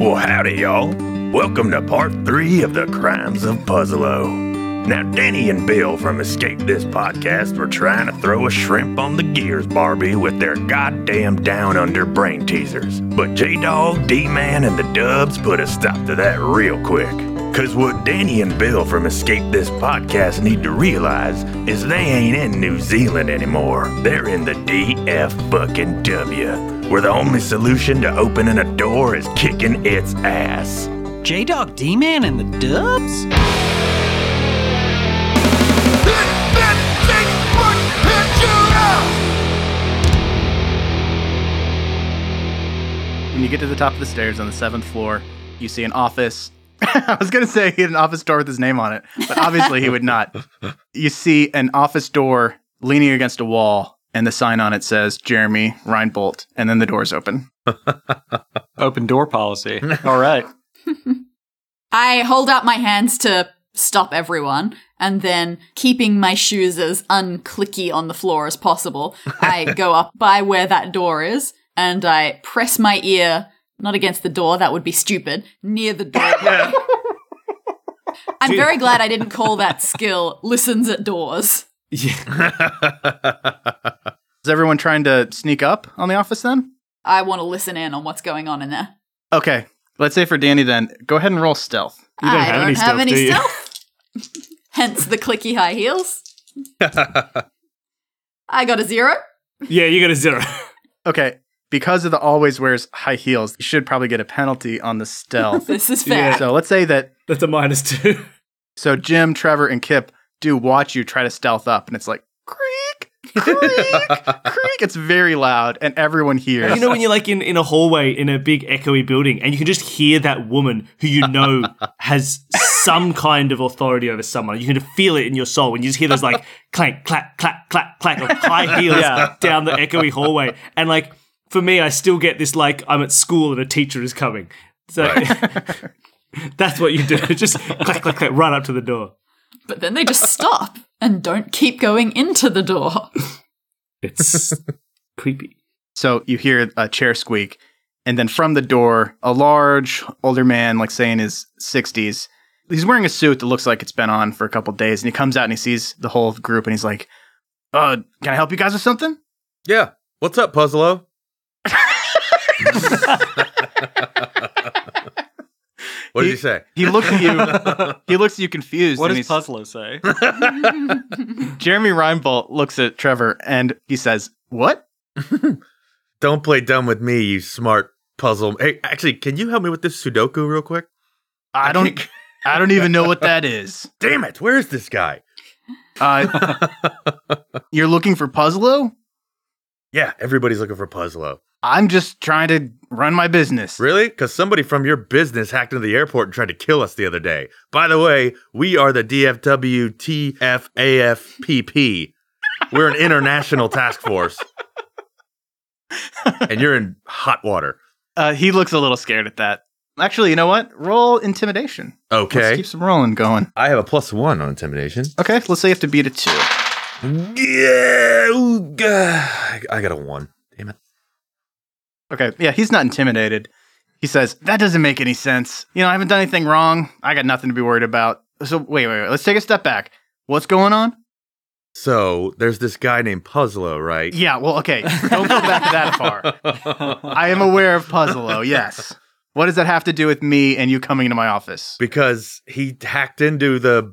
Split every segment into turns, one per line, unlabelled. Well, howdy, y'all. Welcome to part three of the Crimes of Puzzlo. Now, Danny and Bill from Escape This Podcast were trying to throw a shrimp on the gears, Barbie, with their goddamn down under brain teasers. But J Dog, D Man, and the Dubs put a stop to that real quick. Cause what Danny and Bill from Escape This Podcast need to realize is they ain't in New Zealand anymore. They're in the DF fucking W, where the only solution to opening a door is kicking its ass.
J Dog D Man and the Dubs?
When you get to the top of the stairs on the seventh floor, you see an office. I was going to say he had an office door with his name on it, but obviously he would not. You see an office door leaning against a wall, and the sign on it says Jeremy Reinbolt, and then the doors open.
Open door policy.
All right.
I hold out my hands to stop everyone, and then, keeping my shoes as unclicky on the floor as possible, I go up by where that door is and I press my ear, not against the door, that would be stupid, near the door. I'm very glad I didn't call that skill listens at doors.
Is everyone trying to sneak up on the office then?
I want to listen in on what's going on in there.
Okay. Let's say for Danny then, go ahead and roll stealth.
You don't
I
have
don't
any
have
stealth,
any
do you?
stealth. Hence the clicky high heels. I got a zero.
yeah, you got a zero.
Okay. Because of the always wears high heels, you should probably get a penalty on the stealth.
This is fair.
so let's say that
That's a minus two.
So Jim, Trevor, and Kip do watch you try to stealth up, and it's like creak, creak, creak. It's very loud, and everyone hears.
You know when you're like in, in a hallway in a big echoey building and you can just hear that woman who you know has some kind of authority over someone. You can feel it in your soul when you just hear those like clank, clack, clack, clack, clack of high heels down the echoey hallway. And like for me, I still get this like I'm at school and a teacher is coming. So that's what you do. Just clack, clack, clack, right up to the door.
But then they just stop and don't keep going into the door.
It's creepy.
so you hear a chair squeak, and then from the door, a large older man, like say in his sixties, he's wearing a suit that looks like it's been on for a couple days, and he comes out and he sees the whole group, and he's like, "Uh, can I help you guys with something?"
Yeah. What's up, Puzzlo? what did he say?
He looks at you. he looks at you confused.
What
and
does
he's-
Puzzler say?
Jeremy Reinbolt looks at Trevor and he says, "What?"
Don't play dumb with me, you smart puzzle. Hey, actually, can you help me with this Sudoku real quick?
I don't. I don't even know what that is.
Damn it, where is this guy?
Uh, you're looking for Puzzlo?
Yeah, everybody's looking for Puzzlo.
I'm just trying to run my business.
Really? Because somebody from your business hacked into the airport and tried to kill us the other day. By the way, we are the DFWTFAFPP. We're an international task force. and you're in hot water.
Uh, he looks a little scared at that. Actually, you know what? Roll intimidation. Let's
Okay.
keep some rolling going.
I have a plus one on intimidation.
Okay, let's say you have to beat a two.
Yeah, ooh, gah. I I got a one. Damn it.
Okay, yeah, he's not intimidated. He says, That doesn't make any sense. You know, I haven't done anything wrong. I got nothing to be worried about. So, wait, wait, wait. Let's take a step back. What's going on?
So there's this guy named Puzzlo, right?
Yeah, well, okay. Don't go back that far. I am aware of Puzzlo, yes. What does that have to do with me and you coming into my office?
Because he hacked into the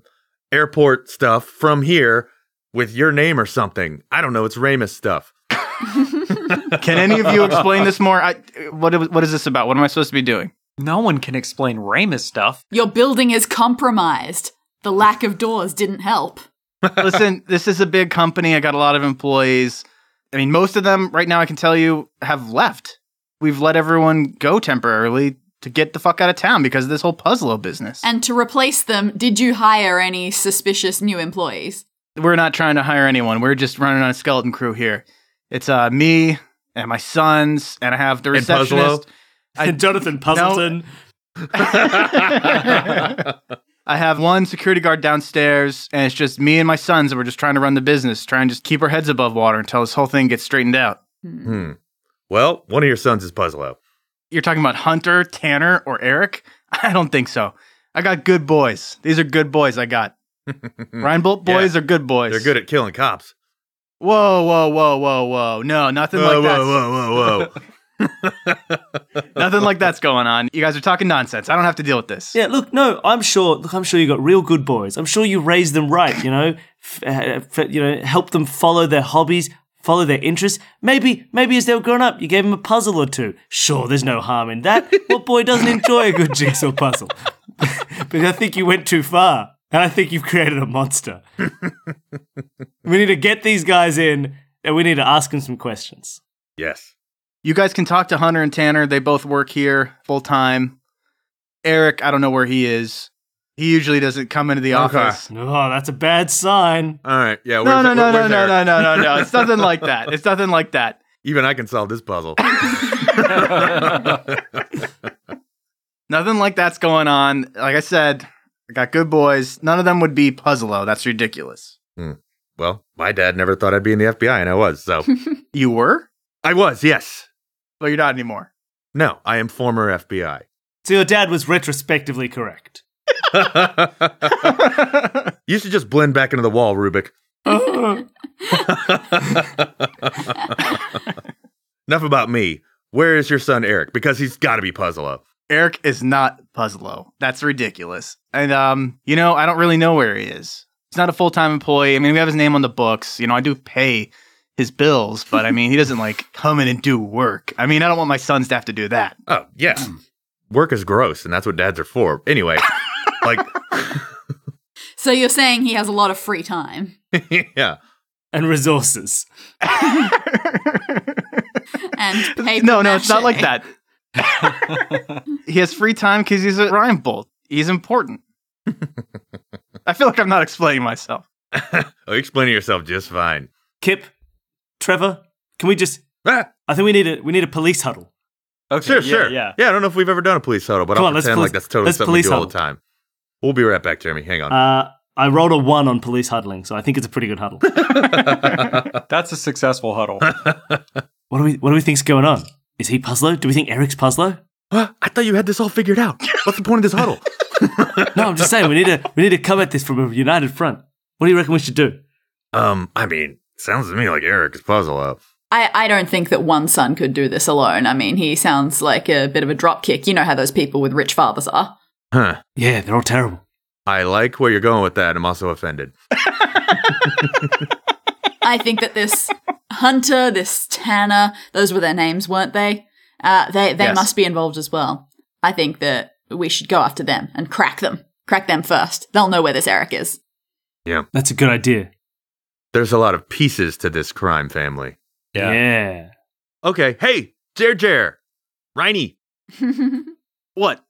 airport stuff from here with your name or something. I don't know. It's Ramus stuff.
Can any of you explain this more? I, what, what is this about? What am I supposed to be doing?
No one can explain Ramus stuff.
Your building is compromised. The lack of doors didn't help.
Listen, this is a big company. I got a lot of employees. I mean, most of them right now, I can tell you, have left. We've let everyone go temporarily to get the fuck out of town because of this whole Puzzlo business.
And to replace them, did you hire any suspicious new employees?
we're not trying to hire anyone. We're just running on a skeleton crew here. It's uh, me and my sons, and I have the
And Puzzlo?
receptionist. I-
And Jonathan Puzzleton.
I have one security guard downstairs, and it's just me and my sons, and we're just trying to run the business, trying to just keep our heads above water until this whole thing gets straightened out.
Well, one of your sons is Puzzlo.
You're talking about Hunter, Tanner, or Eric? I don't think so. I got good boys. These are good boys I got. Reinbolt
Yeah.
boys are good boys.
They're good at killing cops.
Whoa, whoa, whoa, whoa, whoa. No, nothing
Whoa,
like that.
whoa, whoa, whoa, whoa.
Nothing like that's going on. You guys are talking nonsense. I don't have to deal with this.
Yeah, look, no, I'm sure. Look, I'm sure you got real good boys. I'm sure you raised them right. You know, f- uh, f- you know, help them follow their hobbies, follow their interests. Maybe, maybe as they were growing up, you gave them a puzzle or two. Sure, there's no harm in that. what boy doesn't enjoy a good jigsaw puzzle? but I think you went too far, and I think you've created a monster. we need to get these guys in, and we need to ask them some questions.
yes.
You guys can talk to Hunter and Tanner. They both work here full time. Eric, I don't know where he is. He usually doesn't come into the
Okay.
office.
Oh, that's a bad sign.
All right. Yeah.
No,
Oh, where's-
no, no,
where's
no, no,
Eric?
no, no, no, no. It's nothing like that. It's nothing like that.
Even I can solve this puzzle.
Nothing like that's going on. Like I said, I got good boys. None of them would be Puzzlo. That's ridiculous.
well, my dad never thought I'd be in the FBI, and I was. So
You were?
I was. Yes.
Well, you're not anymore.
No, I am former FBI.
So your dad was retrospectively correct.
you should just blend back into the wall, Rubik. Enough about me. Where is your son Eric? Because he's got to be Puzzlo.
Eric is not Puzzlo. That's ridiculous. And um, you know, I don't really know where he is. He's not a full time employee. I mean, we have his name on the books. You know, I do pay his bills, but I mean, he doesn't like come in and do work. I mean, I don't want my sons to have to do that.
Oh yeah,
Hmm.
work is gross, and that's what dads are for. Anyway, like
So you're saying he has a lot of free time.
yeah,
and resources.
And paper
no, no, it's not
mache.
like that. he has free time because he's a rhyme bolt. He's important. I feel like I'm not explaining myself.
oh, explain yourself just fine.
Kip, Trevor, can we just?
Ah,
I think we need a we need a police huddle.
Okay,
sure,
yeah,
sure,
yeah.
I don't know if we've ever done a police huddle, but
Come
I'll
on, let's
pretend
police-
like that's totally
let's
something we
police
do all the
huddle.
time. We'll be right back, Jeremy. Hang on.
Uh, I rolled a one on police huddling, so I think it's a pretty good huddle.
That's a successful huddle.
what do we What do we think's going on? Is he Puzzlo? Do we think Eric's Puzzlo?
Huh? I thought you had this all figured out. What's the point of this huddle?
No, I'm just saying we need to we need to come at this from a united front. What do you reckon we should do?
um, I mean, sounds to me like Eric is Puzzlo.
I, I don't think that one son could do this alone. I mean, he sounds like a bit of a dropkick. You know how those people with rich fathers are.
Huh.
Yeah, they're all terrible.
I like where you're going with that. I'm also offended.
I think that this Hunter, this Tanner, those were their names, weren't they? Uh, they they
Yes.
must be involved as well. I think that we should go after them and crack them. Crack them first. They'll know where this Eric is.
That's a good idea.
There's a lot of pieces to this crime family.
Yeah.
yeah.
Okay, hey, Jer Jer, Riney,
What?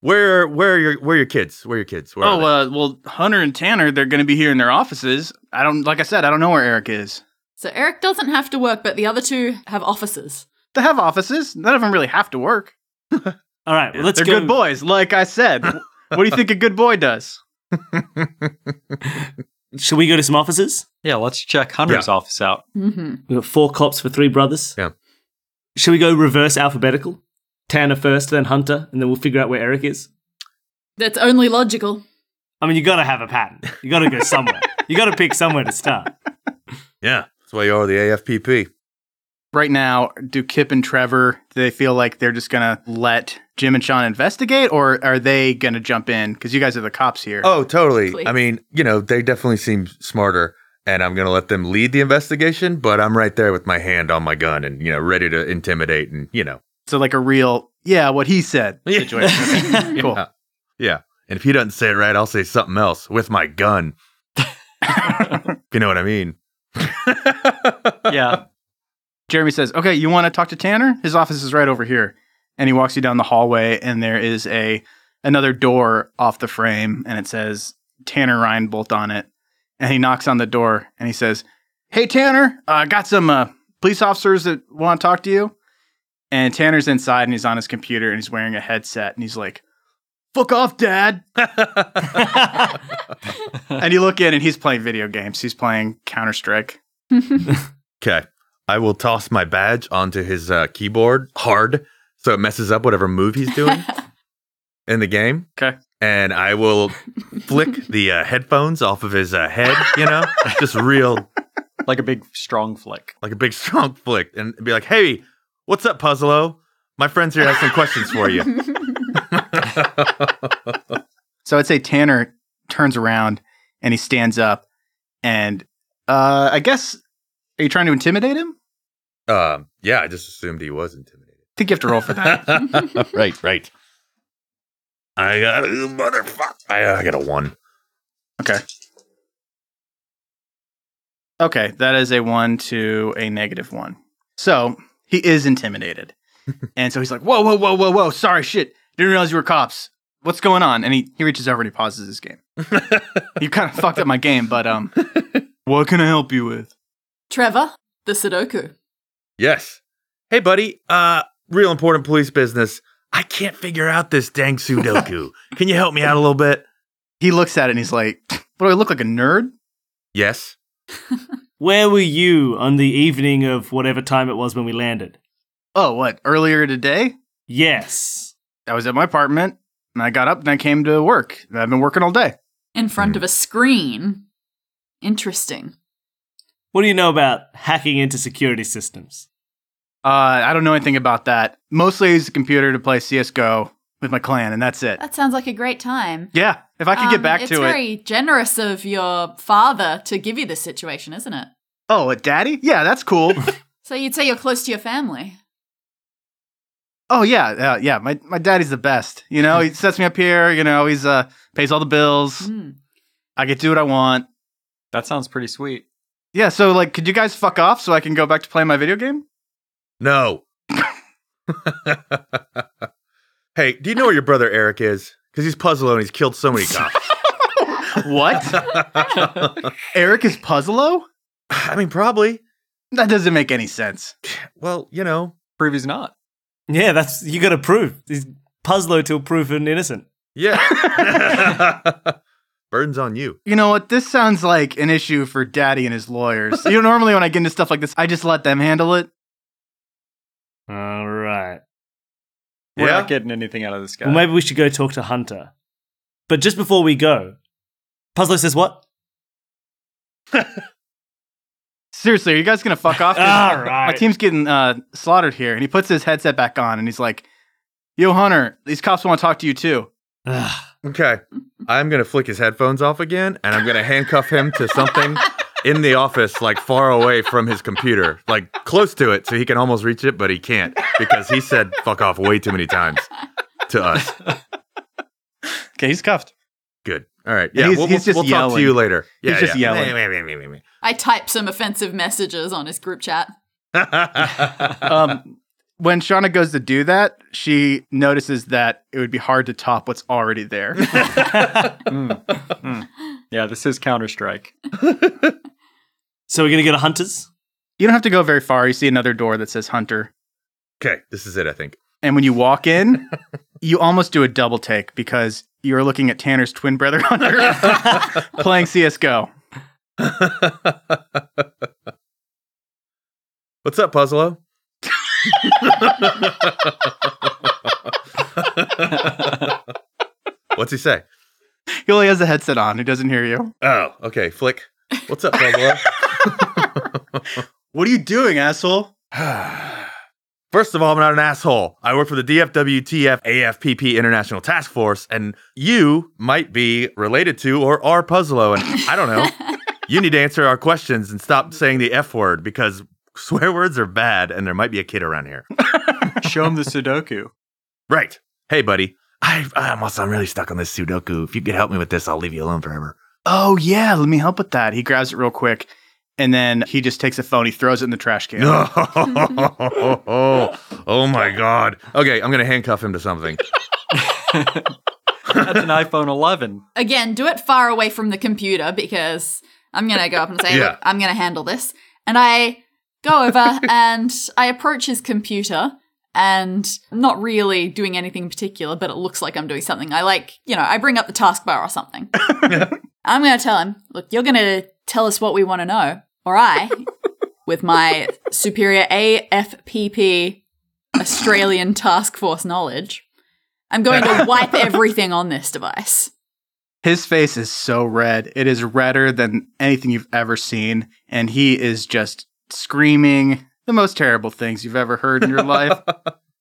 where where are your where are your kids? Where are your kids? Where are
Oh,
they?
uh, well, Hunter and Tanner, they're going to be here in their offices. I don't, like I said, I don't know where Eric is.
so Eric doesn't have to work, but the other two have offices.
They have offices. None of them really have to work.
All right, well, let's
they're
go.
good boys, like I said. what do you think a good boy does?
Should we go to some offices?
Yeah, let's check Hunter's office out.
Mm-hmm.
We got four cops for three brothers.
Yeah.
Should we go reverse alphabetical? Tanner first, then Hunter, and then we'll figure out where Eric is.
That's only logical.
I mean, you gotta have a pattern. You gotta go somewhere. you gotta pick somewhere to start.
yeah, that's why you are the AFPP.
Right now, do Kip and Trevor, do they feel like they're just going to let Jim and Sean investigate, or are they going to jump in? Because you guys are the cops here.
Oh, totally.
Please.
I mean, you know, they definitely seem smarter, and I'm gonna let them lead the investigation. But I'm right there with my hand on my gun, and you know, ready to intimidate, and you know,
So, like a real, yeah, what he said situation. Okay, cool.
Yeah. Yeah. And if he doesn't say it right, I'll say something else with my gun. if you know what I mean.
Yeah.
Jeremy says, Okay, you want to talk to Tanner? His office is right over here. And he walks you down the hallway, and there is a another door off the frame, and it says Tanner Reinbolt on it. And he knocks on the door and he says, Hey, Tanner, I got some uh, police officers that want to talk to you. And Tanner's inside and he's on his computer and he's wearing a headset and he's like, Fuck off, dad. and you look in and he's playing video games. He's playing Counter Strike.
Okay. I will toss my badge onto his uh, keyboard hard so it messes up whatever move he's doing in the game.
'Kay.
And I will flick the uh, headphones off of his uh, head, you know, just real
Like a big strong flick.
like a big strong flick, and be like, "Hey, what's up, Puzzlo? My friends here have some questions for you."
So I'd say Tanner turns around and he stands up, and uh, I guess are you trying to intimidate him? I
Um, yeah, I just assumed he was intimidated.
think you have to roll for that.
right, right. I got a motherfucker. I, I got a one.
Okay. Okay, that is a one to a negative one. So he is intimidated. and so he's like, whoa, whoa, whoa, whoa, whoa, sorry, shit. Didn't realize you were cops. What's going on? And he, he reaches over and he pauses his game. you kind of fucked up my game, but um, what can I help you with?
Trevor, the Sudoku.
Yes. Hey, buddy. Uh, real important police business. I can't figure out this dang Sudoku. Can you help me out a little bit?
He looks at it and he's like, what do I look like a nerd?
Yes.
Where were you on the evening of whatever time it was when we landed?
Oh, what? Earlier today?
Yes.
I was at my apartment and I got up and I came to work. And I've been working all day.
In front
Hmm.
of a screen. Interesting.
What do you know about hacking into security systems?
Uh, I don't know anything about that. Mostly I use the computer to play CSGO with my clan, and that's it.
That sounds like a great time.
Yeah, if I could get back
Um, it's
to it.
very generous of your father to give you this situation, isn't it?
Oh, a daddy? Yeah, that's cool.
So you'd say you're close to your family.
oh yeah, uh, yeah. My my daddy's the best. You know, he sets me up here. You know, he's uh pays all the bills.
Hmm.
I get to do what I want.
That sounds pretty sweet.
Yeah. So like, could you guys fuck off so I can go back to playing my video game?
No. hey, do you know where your brother Eric is? Because he's Puzzlo and he's killed so many cops.
What? Eric is Puzzlo?
I mean, probably.
That doesn't make any sense.
Well, you know,
Prove he's not.
Yeah, that's you got to prove. He's Puzzlo till proven innocent.
Yeah. Burden's on you.
You know what? This sounds like an issue for daddy and his lawyers. you know, normally when I get into stuff like this, I just let them handle it.
All right.
We're
Yeah.
not getting anything out of this guy.
Well, maybe we should go talk to Hunter. But just before we go, Puzzlo says what?
Seriously, are you guys gonna fuck off? 'Cause
All
My
Ah, right.
team's getting uh, slaughtered here. And he puts his headset back on and he's like, Yo, Hunter, these cops want to talk to you too.
Ugh.
Okay. I'm going to flick his headphones off again and I'm going to handcuff him to something in the office, like far away from his computer, like close to it so he can almost reach it, but he can't because he said fuck off way too many times to us.
Okay, he's cuffed.
Good. All right. Yeah.
he's-
we'll
he's
we'll-
just
we'll talk to
yelling.
you later. Yeah,
He's just
yeah.
yelling.
Meh, meh, meh, meh, meh,
I typed some offensive messages on his group chat.
meh.
Um, when Shauna goes to do that, she notices that it would be hard to top what's already there.
Mm. Mm. Yeah, this is Counter Strike.
So we're gonna go to Hunter's.
you don't have to go very far. You see another door that says Hunter.
okay. This is it, I think.
And when you walk in, you almost do a double take because you're looking at Tanner's twin brother Hunter playing CSGO.
What's up, Puzzlo? What's he say?
He only has a headset on. He doesn't hear you.
Oh, okay. Flick. What's up, Puzzlo?
What are you doing, asshole?
First of all, I'm not an asshole. I work for the DFWTF AFPP International Task Force, and you might be related to or are Puzzlo, and I don't know. you need to answer our questions and stop saying the F word because swear words are bad, and there might be a kid around here.
Show him the Sudoku.
Right. Hey, buddy. I, I'm also I'm really stuck on this Sudoku. If you could help me with this, I'll leave you alone forever.
Oh yeah, let me help with that. He grabs it real quick, and then he just takes a phone. He throws it in the trash can.
No. oh my God. Okay, I'm gonna handcuff him to something.
That's an iPhone 11.
Again, do it far away from the computer because I'm going to go up and say,
Yeah.
Look, I'm going to handle this. And I go over and I approach his computer and not really doing anything in particular, but it looks like I'm doing something. I like, you know, I bring up the taskbar or something. I'm going to tell him, Look, you're going to tell us what we want to know. Or I, with my superior AFPP Australian Task Force knowledge. I'm going to wipe everything on this device.
His face is so red. It is redder than anything you've ever seen. And he is just screaming the most terrible things you've ever heard in your life.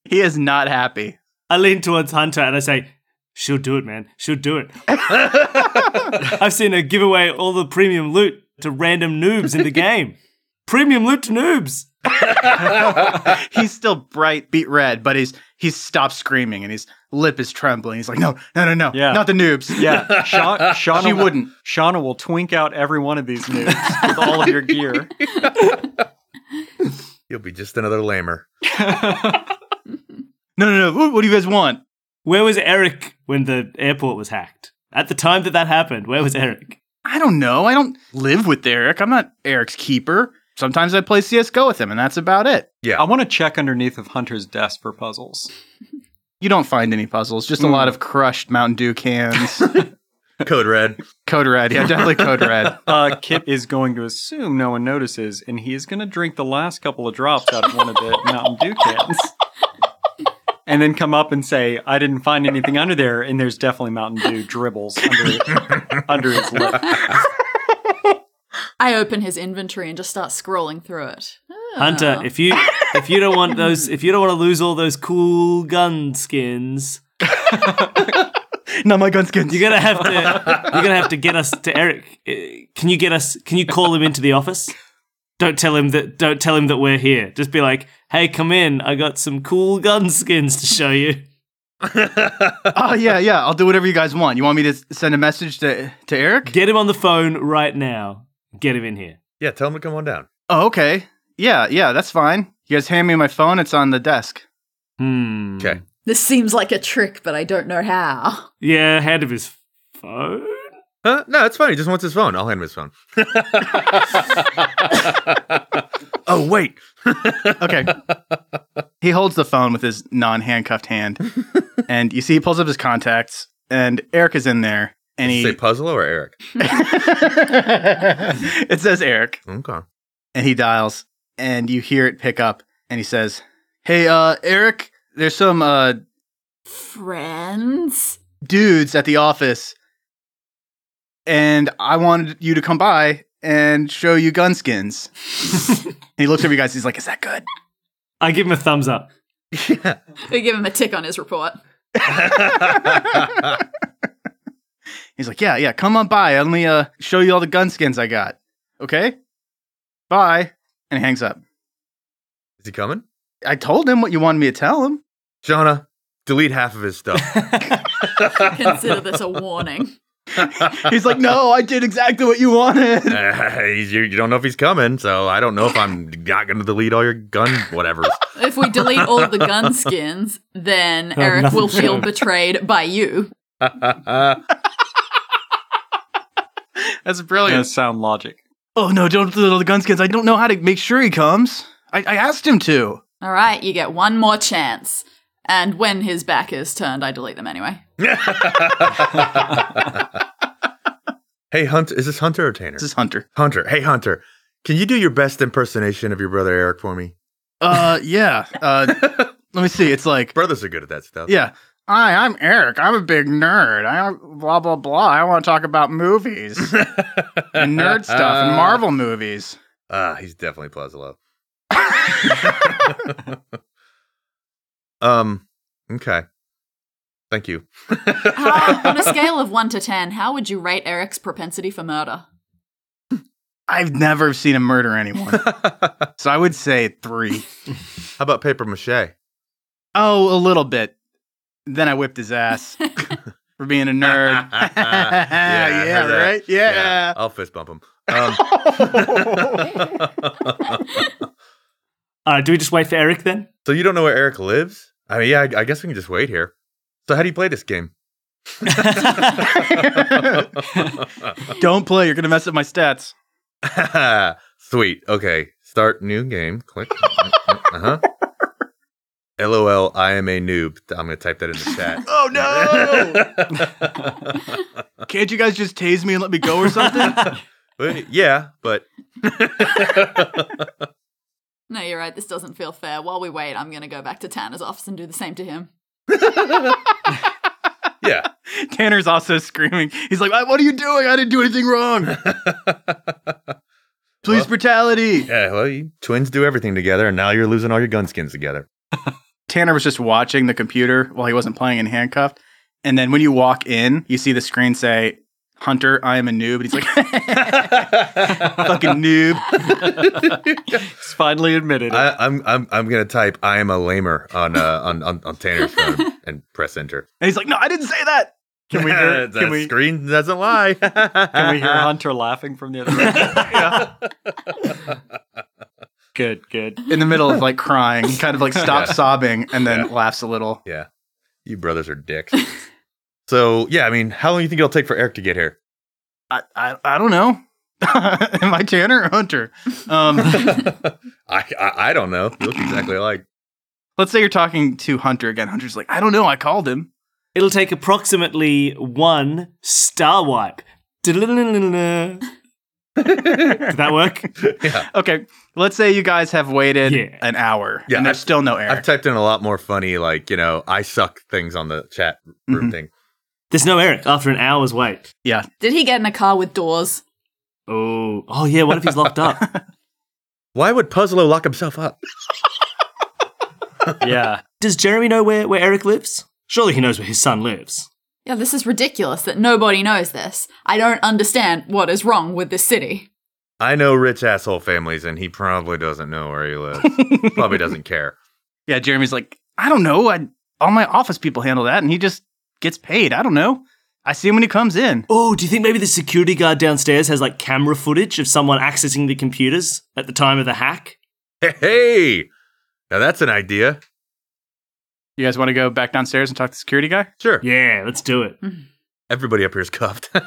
He is not happy.
I lean towards Hunter and I say, She'll do it, man. She'll do it. I've seen her give away all the premium loot to random noobs in the game. premium loot to noobs.
He's still bright, beat red, but he's he's stopped screaming and his lip is trembling. He's like, no, no, no, no,
Yeah.
not the noobs.
Yeah, Sha- Shauna.
She
will-
wouldn't.
Shauna will twink out every one of these nudes with all of your gear.
You'll be just another lamer.
No, no, no. What, what do you guys want?
Where was Eric when the airport was hacked? At the time that that happened, where was Eric?
I don't know. I don't live with Eric. I'm not Eric's keeper. Sometimes I play CS:GO with him, and that's about it.
I want to check underneath of Hunter's desk for puzzles.
You don't find any puzzles. Just a lot of crushed Mountain Dew cans.
Code red.
code red. Yeah, definitely code red.
Uh, Kip is going to assume no one notices, and he is going to drink the last couple of drops out of one of the Mountain Dew cans. And then come up and say, I didn't find anything under there, and there's definitely Mountain Dew dribbles under, under his lip.
I open his inventory and just start scrolling through it. Ah.
Hunter, if you if you don't want those if you don't want to lose all those cool gun skins,
Not my gun skins.
you're gonna have to you're gonna have to get us to Eric. Uh, Can you get us can you call him into the office? Don't tell him that don't tell him that we're here. Just be like, hey, come in, I got some cool gun skins to show you.
oh yeah, yeah. I'll do whatever you guys want. You want me to s- send a message to to Eric?
Get him on the phone right now. Get him in here.
Yeah, tell him to come on down.
oh, okay. Yeah, yeah. That's fine. You guys hand me my phone. It's on the desk.
Hmm.
Okay.
This seems like a trick, but I don't know how.
Yeah, hand him his phone.
Huh? No, it's fine. He just wants his phone. I'll hand him his phone. oh wait.
Okay. he holds the phone with his non handcuffed hand, and you see he pulls up his contacts, and Eric is in there, and
Did you
he.
say puzzle or Eric?
it says Eric,
Okay.
and he dials, and you hear it pick up, and he says, "Hey, uh, Eric, there's some uh
Friends?
dudes at the office, and I wanted you to come by and show you gun skins." and he looks over you guys. He's like, "Is that good?"
I give him a thumbs up.
We give him a tick on his report.
He's like, yeah, yeah, come on by. Let me uh, show you all the gun skins I got. Okay? Bye. And hangs up.
Is he coming?
I told him what you wanted me to tell him.
Shauna, delete half of his stuff.
Consider this a warning.
He's like, no, I did exactly what you wanted.
Uh, he's- you, you don't know if he's coming, so I don't know if I'm not going to delete all your gun whatevers.
If we delete all the gun skins, then
Oh,
Eric will
nothing.
feel betrayed by you.
Uh,
That's
Yeah,
brilliant.
sound logic.
Oh, no, don't delete all the gun skins. I don't know how to make sure he comes. I, I asked him to.
All right, you get one more chance. And when his back is turned, I delete them anyway.
hey, Hunter, is this Hunter or Tanner?
This is Hunter.
Hunter. Hey, Hunter, can you do your best impersonation of your brother Eric for me?
Uh, yeah. Uh, let me see. It's like,
Brothers are good at that stuff.
yeah. Hi, I'm Eric. I'm a big nerd. I blah blah blah. I want to talk about movies and nerd stuff and Marvel movies.
Ah, he's definitely Pozzolo. um, okay. Thank you.
How,
Ah.
on a scale of 1 to 10, how would you rate Eric's propensity for murder?
I've never seen him murder anyone.
How
so I would say three.
about paper mache?
Oh, a little bit. Then I whipped his ass for being a nerd.
Yeah, I
yeah,
heard that.
right? Yeah.
I'll fist bump him. Um,
Uh, do we just wait for Eric then?
so you don't know where Eric lives? I mean, yeah, I, I guess we can just wait here. So how do you play this game?
Don't play. You're going to mess up my stats.
Sweet. Okay. Start new game. Click. Uh huh. LOL, I am a noob. I'm going to type that in the chat.
Oh, Can't you guys just tase me and let me go or something?
But, yeah, but
No, you're right. This doesn't feel fair. While we wait, I'm going to go back to Tanner's office and do the same to him.
Yeah.
Tanner's also screaming. He's like, "What are you doing? I didn't do anything wrong. Police
Well-
brutality."
yeah, well, you twins do everything together, and now you're losing all your gun skins together.
Tanner was just watching the computer while he wasn't playing in handcuffed. And then when you walk in, you see the screen say, "Hunter, I am a noob." And he's like, "Fucking noob."
He's finally admitted it.
I, I'm I'm I'm gonna type I am a lamer on uh, on, on on Tanner's phone and press enter.
And he's like, "No, I didn't say that."
Can we hear?
the
Can we?
screen doesn't lie.
Can we hear Hunter laughing from the other room? good, good.
In the middle of like crying, he kind of like stops
Yeah.
sobbing and then
Yeah.
laughs a little.
Yeah, you brothers are dicks. so yeah, I mean, how long do you think it'll take for Eric to get here?
I, I, I don't know. Am I Tanner or Hunter? Um,
I, I I don't know. You look exactly like.
let's say you're talking to Hunter again. Hunter's like, I don't know. I called him.
It'll take approximately one star wipe. Did that work?
Okay. Let's say you guys have waited
Yeah.
an hour
Yeah,
and there's
I've-
still no air.
I've typed in a lot more funny, like you know, I suck things on the chat room
Mhm.
thing.
There's no Eric after an hour's wait.
Did he get in a car with doors?
Oh, oh yeah. What if he's locked up?
Why would Puzzlo lock himself up?
Yeah.
Does Jeremy know where, where Eric lives? Surely he knows where his son lives.
Yeah, this is ridiculous that nobody knows this. I don't understand what is wrong with this city.
I know rich asshole families, and he probably doesn't know where he lives. probably doesn't care.
yeah. Jeremy's like, I don't know. I, all my office people handle that and he just gets paid. I don't know. I see him when he comes in.
Oh, do you think maybe the security guard downstairs has like camera footage of someone accessing the computers at the time of the hack?
Hey, hey! now that's an idea.
You guys want to go back downstairs and talk to the security guy?
Sure.
Yeah, let's do it.
Everybody up here is cuffed.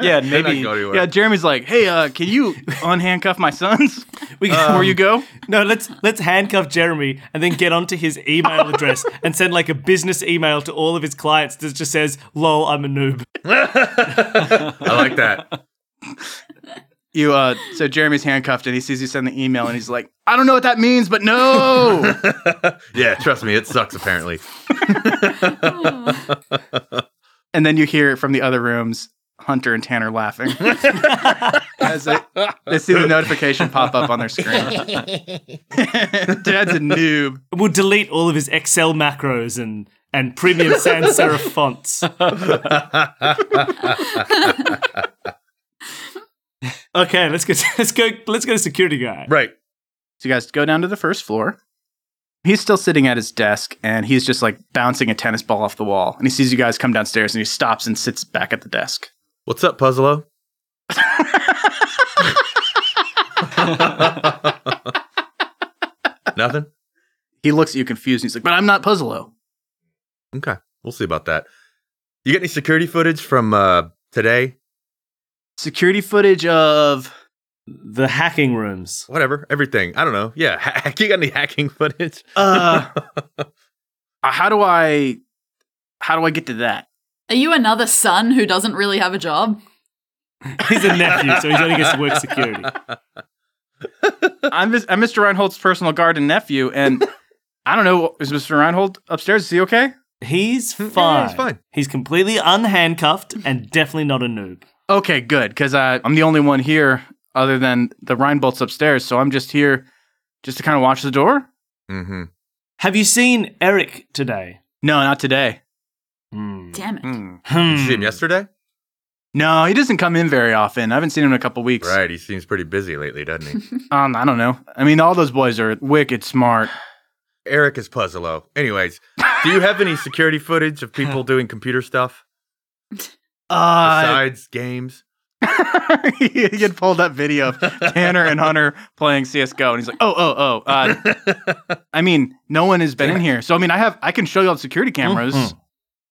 Yeah,
They're not
maybe.
going anywhere.
Yeah. Jeremy's like, hey, uh, can you unhandcuff my sons
We can,
before you go?
No, let's let's handcuff Jeremy and then get onto his email address and send like a business email to all of his clients that just says, "Lol, I'm a noob."
I like that.
You uh so Jeremy's handcuffed and he sees you send the email and he's like, I don't know what that means, but no.
yeah, trust me, it sucks apparently.
and then you hear from the other rooms Hunter and Tanner laughing. As they, they see the notification pop up on their screen. Dad's a noob.
We'll delete all of his Excel macros and and premium sans serif fonts. Okay, let's go. Let's go. Let's go to security guy.
Right.
So you guys go down to the first floor. He's still sitting at his desk and he's just like bouncing a tennis ball off the wall. And he sees you guys come downstairs and he stops and sits back at the desk.
What's up, Puzzlo? Nothing?
He looks at you confused and he's like, But I'm not Puzzlo.
Okay. We'll see about that. You get any security footage from uh, today?
Security footage of
The hacking rooms.
Whatever. Everything. I don't know. Yeah. Hack. You got any hacking footage?
uh how do i how do i get to that
Are you another son who doesn't really have a job?
He's a nephew, so he's only gets to work security.
i'm, mis- I'm mr reinhold's personal guard and nephew and i don't know is mr reinhold upstairs is he okay
He's fine.
he's fine.
He's completely unhandcuffed and definitely not a noob.
okay good because i'm the only one here other than the reinbolt's upstairs so i'm just here just to kind of watch the door
Mm-hmm.
Have you seen Eric today?
no not today
Hmm.
Damn it.
Hmm.
See him yesterday?
no he doesn't come in very often i haven't seen him in a couple weeks
Right. He seems pretty busy lately, doesn't he?
um, i don't know i mean all those boys are wicked smart
Eric is Puzzlo. Anyways, do you have any security footage of people doing computer stuff
uh,
besides games?
he had pulled up video of Tanner and Hunter playing CS:GO, and he's like, "Oh, oh, oh." Uh, I mean, no one has been in here, so I mean, I have, I can show you all the security cameras.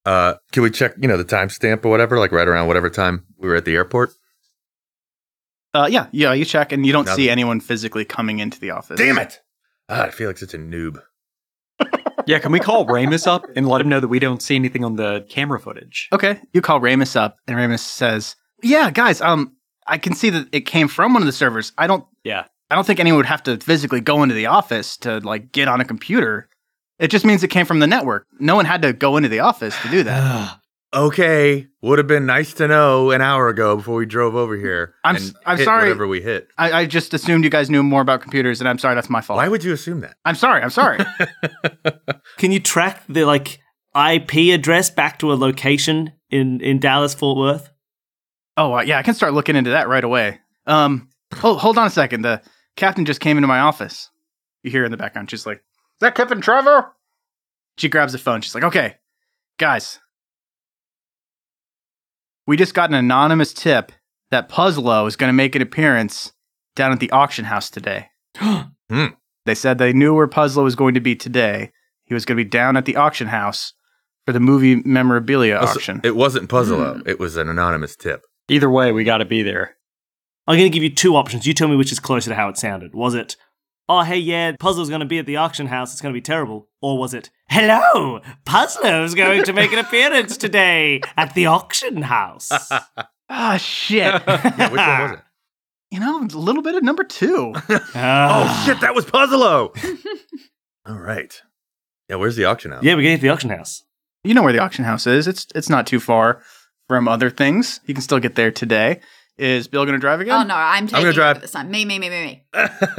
Uh, can we check, you know, the timestamp or whatever, like right around whatever time we were at the airport?
Uh, yeah, yeah, you check, and you don't
Nothing.
see anyone physically coming into the office.
it! Ah, I feel like such a noob.
Yeah, can we call Ramus up and let him know that we don't see anything on the camera footage?
Okay, you call Ramus up, and Ramus says, "Yeah, guys, um, I can see that it came from one of the servers. I don't,
Yeah.
I don't think anyone would have to physically go into the office to like get on a computer. It just means it came from the network. No one had to go into the office to do
Uh,
that.
Okay, would have been nice to know an hour ago before we drove over here.
I'm
and
s- I'm
hit
sorry.
Whatever we hit.
I, I just assumed you guys knew more about computers, and I'm sorry, that's my fault.
Why would you assume that?
I'm sorry, I'm sorry.
Can you track the like IP address back to a location in in Dallas Fort Worth?
oh, uh, yeah, I can start looking into that right away. Um, hold, hold on a second. The captain just came into my office. You hear in the background, she's like, Is that Captain Trevor? She grabs the phone. She's like, Okay, guys, we just got an anonymous tip that Puzzlo is going to make an appearance down at the auction house today.
Hmm.
They said they knew where Puzzlo was going to be today. He was going to be down at the auction house for the movie memorabilia
Oh, so
auction.
It wasn't Puzzlo. It was an anonymous tip.
Either way, we got to be there.
I'm going to give you two options. You tell me which is closer to how it sounded. Was it, oh, hey, yeah, Puzzle's going to be at the auction house. It's going to be terrible. Or was it, hello, Puzzle's going to make an appearance today at the auction house?
Ah, shit.
Yeah, which one was it?
you know, a little bit of number two.
Oh
Ah.
shit, that was Puzzlo. All right. Yeah, where's the auction house?
Yeah, we're going to the auction house.
you know where the auction house is. It's it's not too far from other things. You can still get there today. Is Bill gonna drive
Oh
again?
no, I'm taking
gonna
over
drive.
this time. Me, me, me, me, me.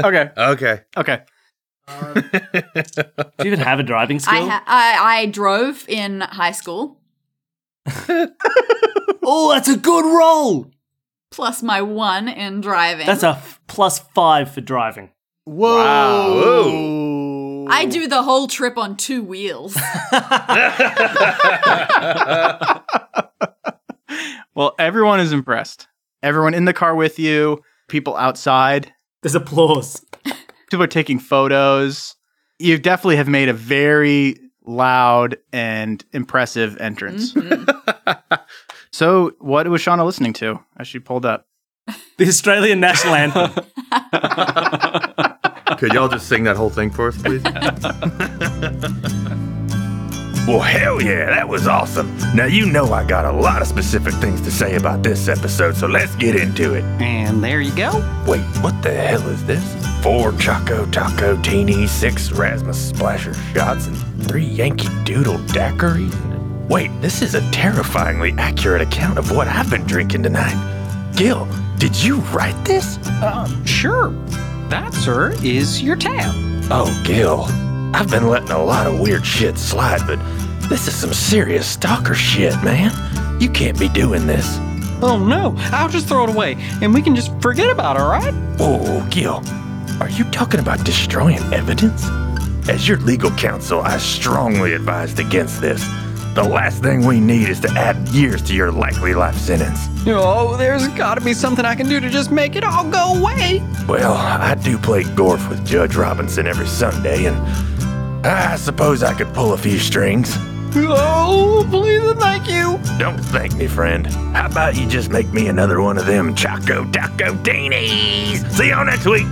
Okay.
Okay.
Okay.
Do you even have a driving
I,
skill?
ha- I I drove in high school.
oh, that's a good roll.
Plus my one in driving.
That's a f- plus five for driving.
Whoa.
I do the whole trip on two wheels.
Well, everyone is impressed. Everyone in the car with you, people outside,
There's applause.
people are taking photos. You definitely have made a very loud and impressive entrance. so, what was Shauna listening to as she pulled up?
The Australian national anthem.
Could y'all just sing that whole thing for us, please?
Well, hell yeah, that was awesome. Now, you know I got a lot of specific things to say about this episode, so let's get into it.
And there you go.
Wait, what the hell is this? Four Choco Taco Teeny, six Rasmus Splasher shots, and three Yankee Doodle daiquiris? Wait, this is a terrifyingly accurate account of what I've been drinking tonight. Gil, did you write this?
Um, sure. That, sir, is your tab.
Oh, Gil, I've been letting a lot of weird shit slide, but this is some serious stalker shit, man. You can't be doing this.
Oh no, I'll just throw it away and we can just forget about it, all right?
Whoa, Gil, are you talking about destroying evidence? As your legal counsel, I strongly advised against this. The last thing we need is to add years to your likely life sentence.
Oh, there's got to be something I can do to just make it all go away.
Well, I do play golf with Judge Robinson every Sunday, and I suppose I could pull a few strings.
Oh, please and thank you.
Don't thank me, friend. How about you just make me another one of them Choco Taco Teenies? See y'all next week.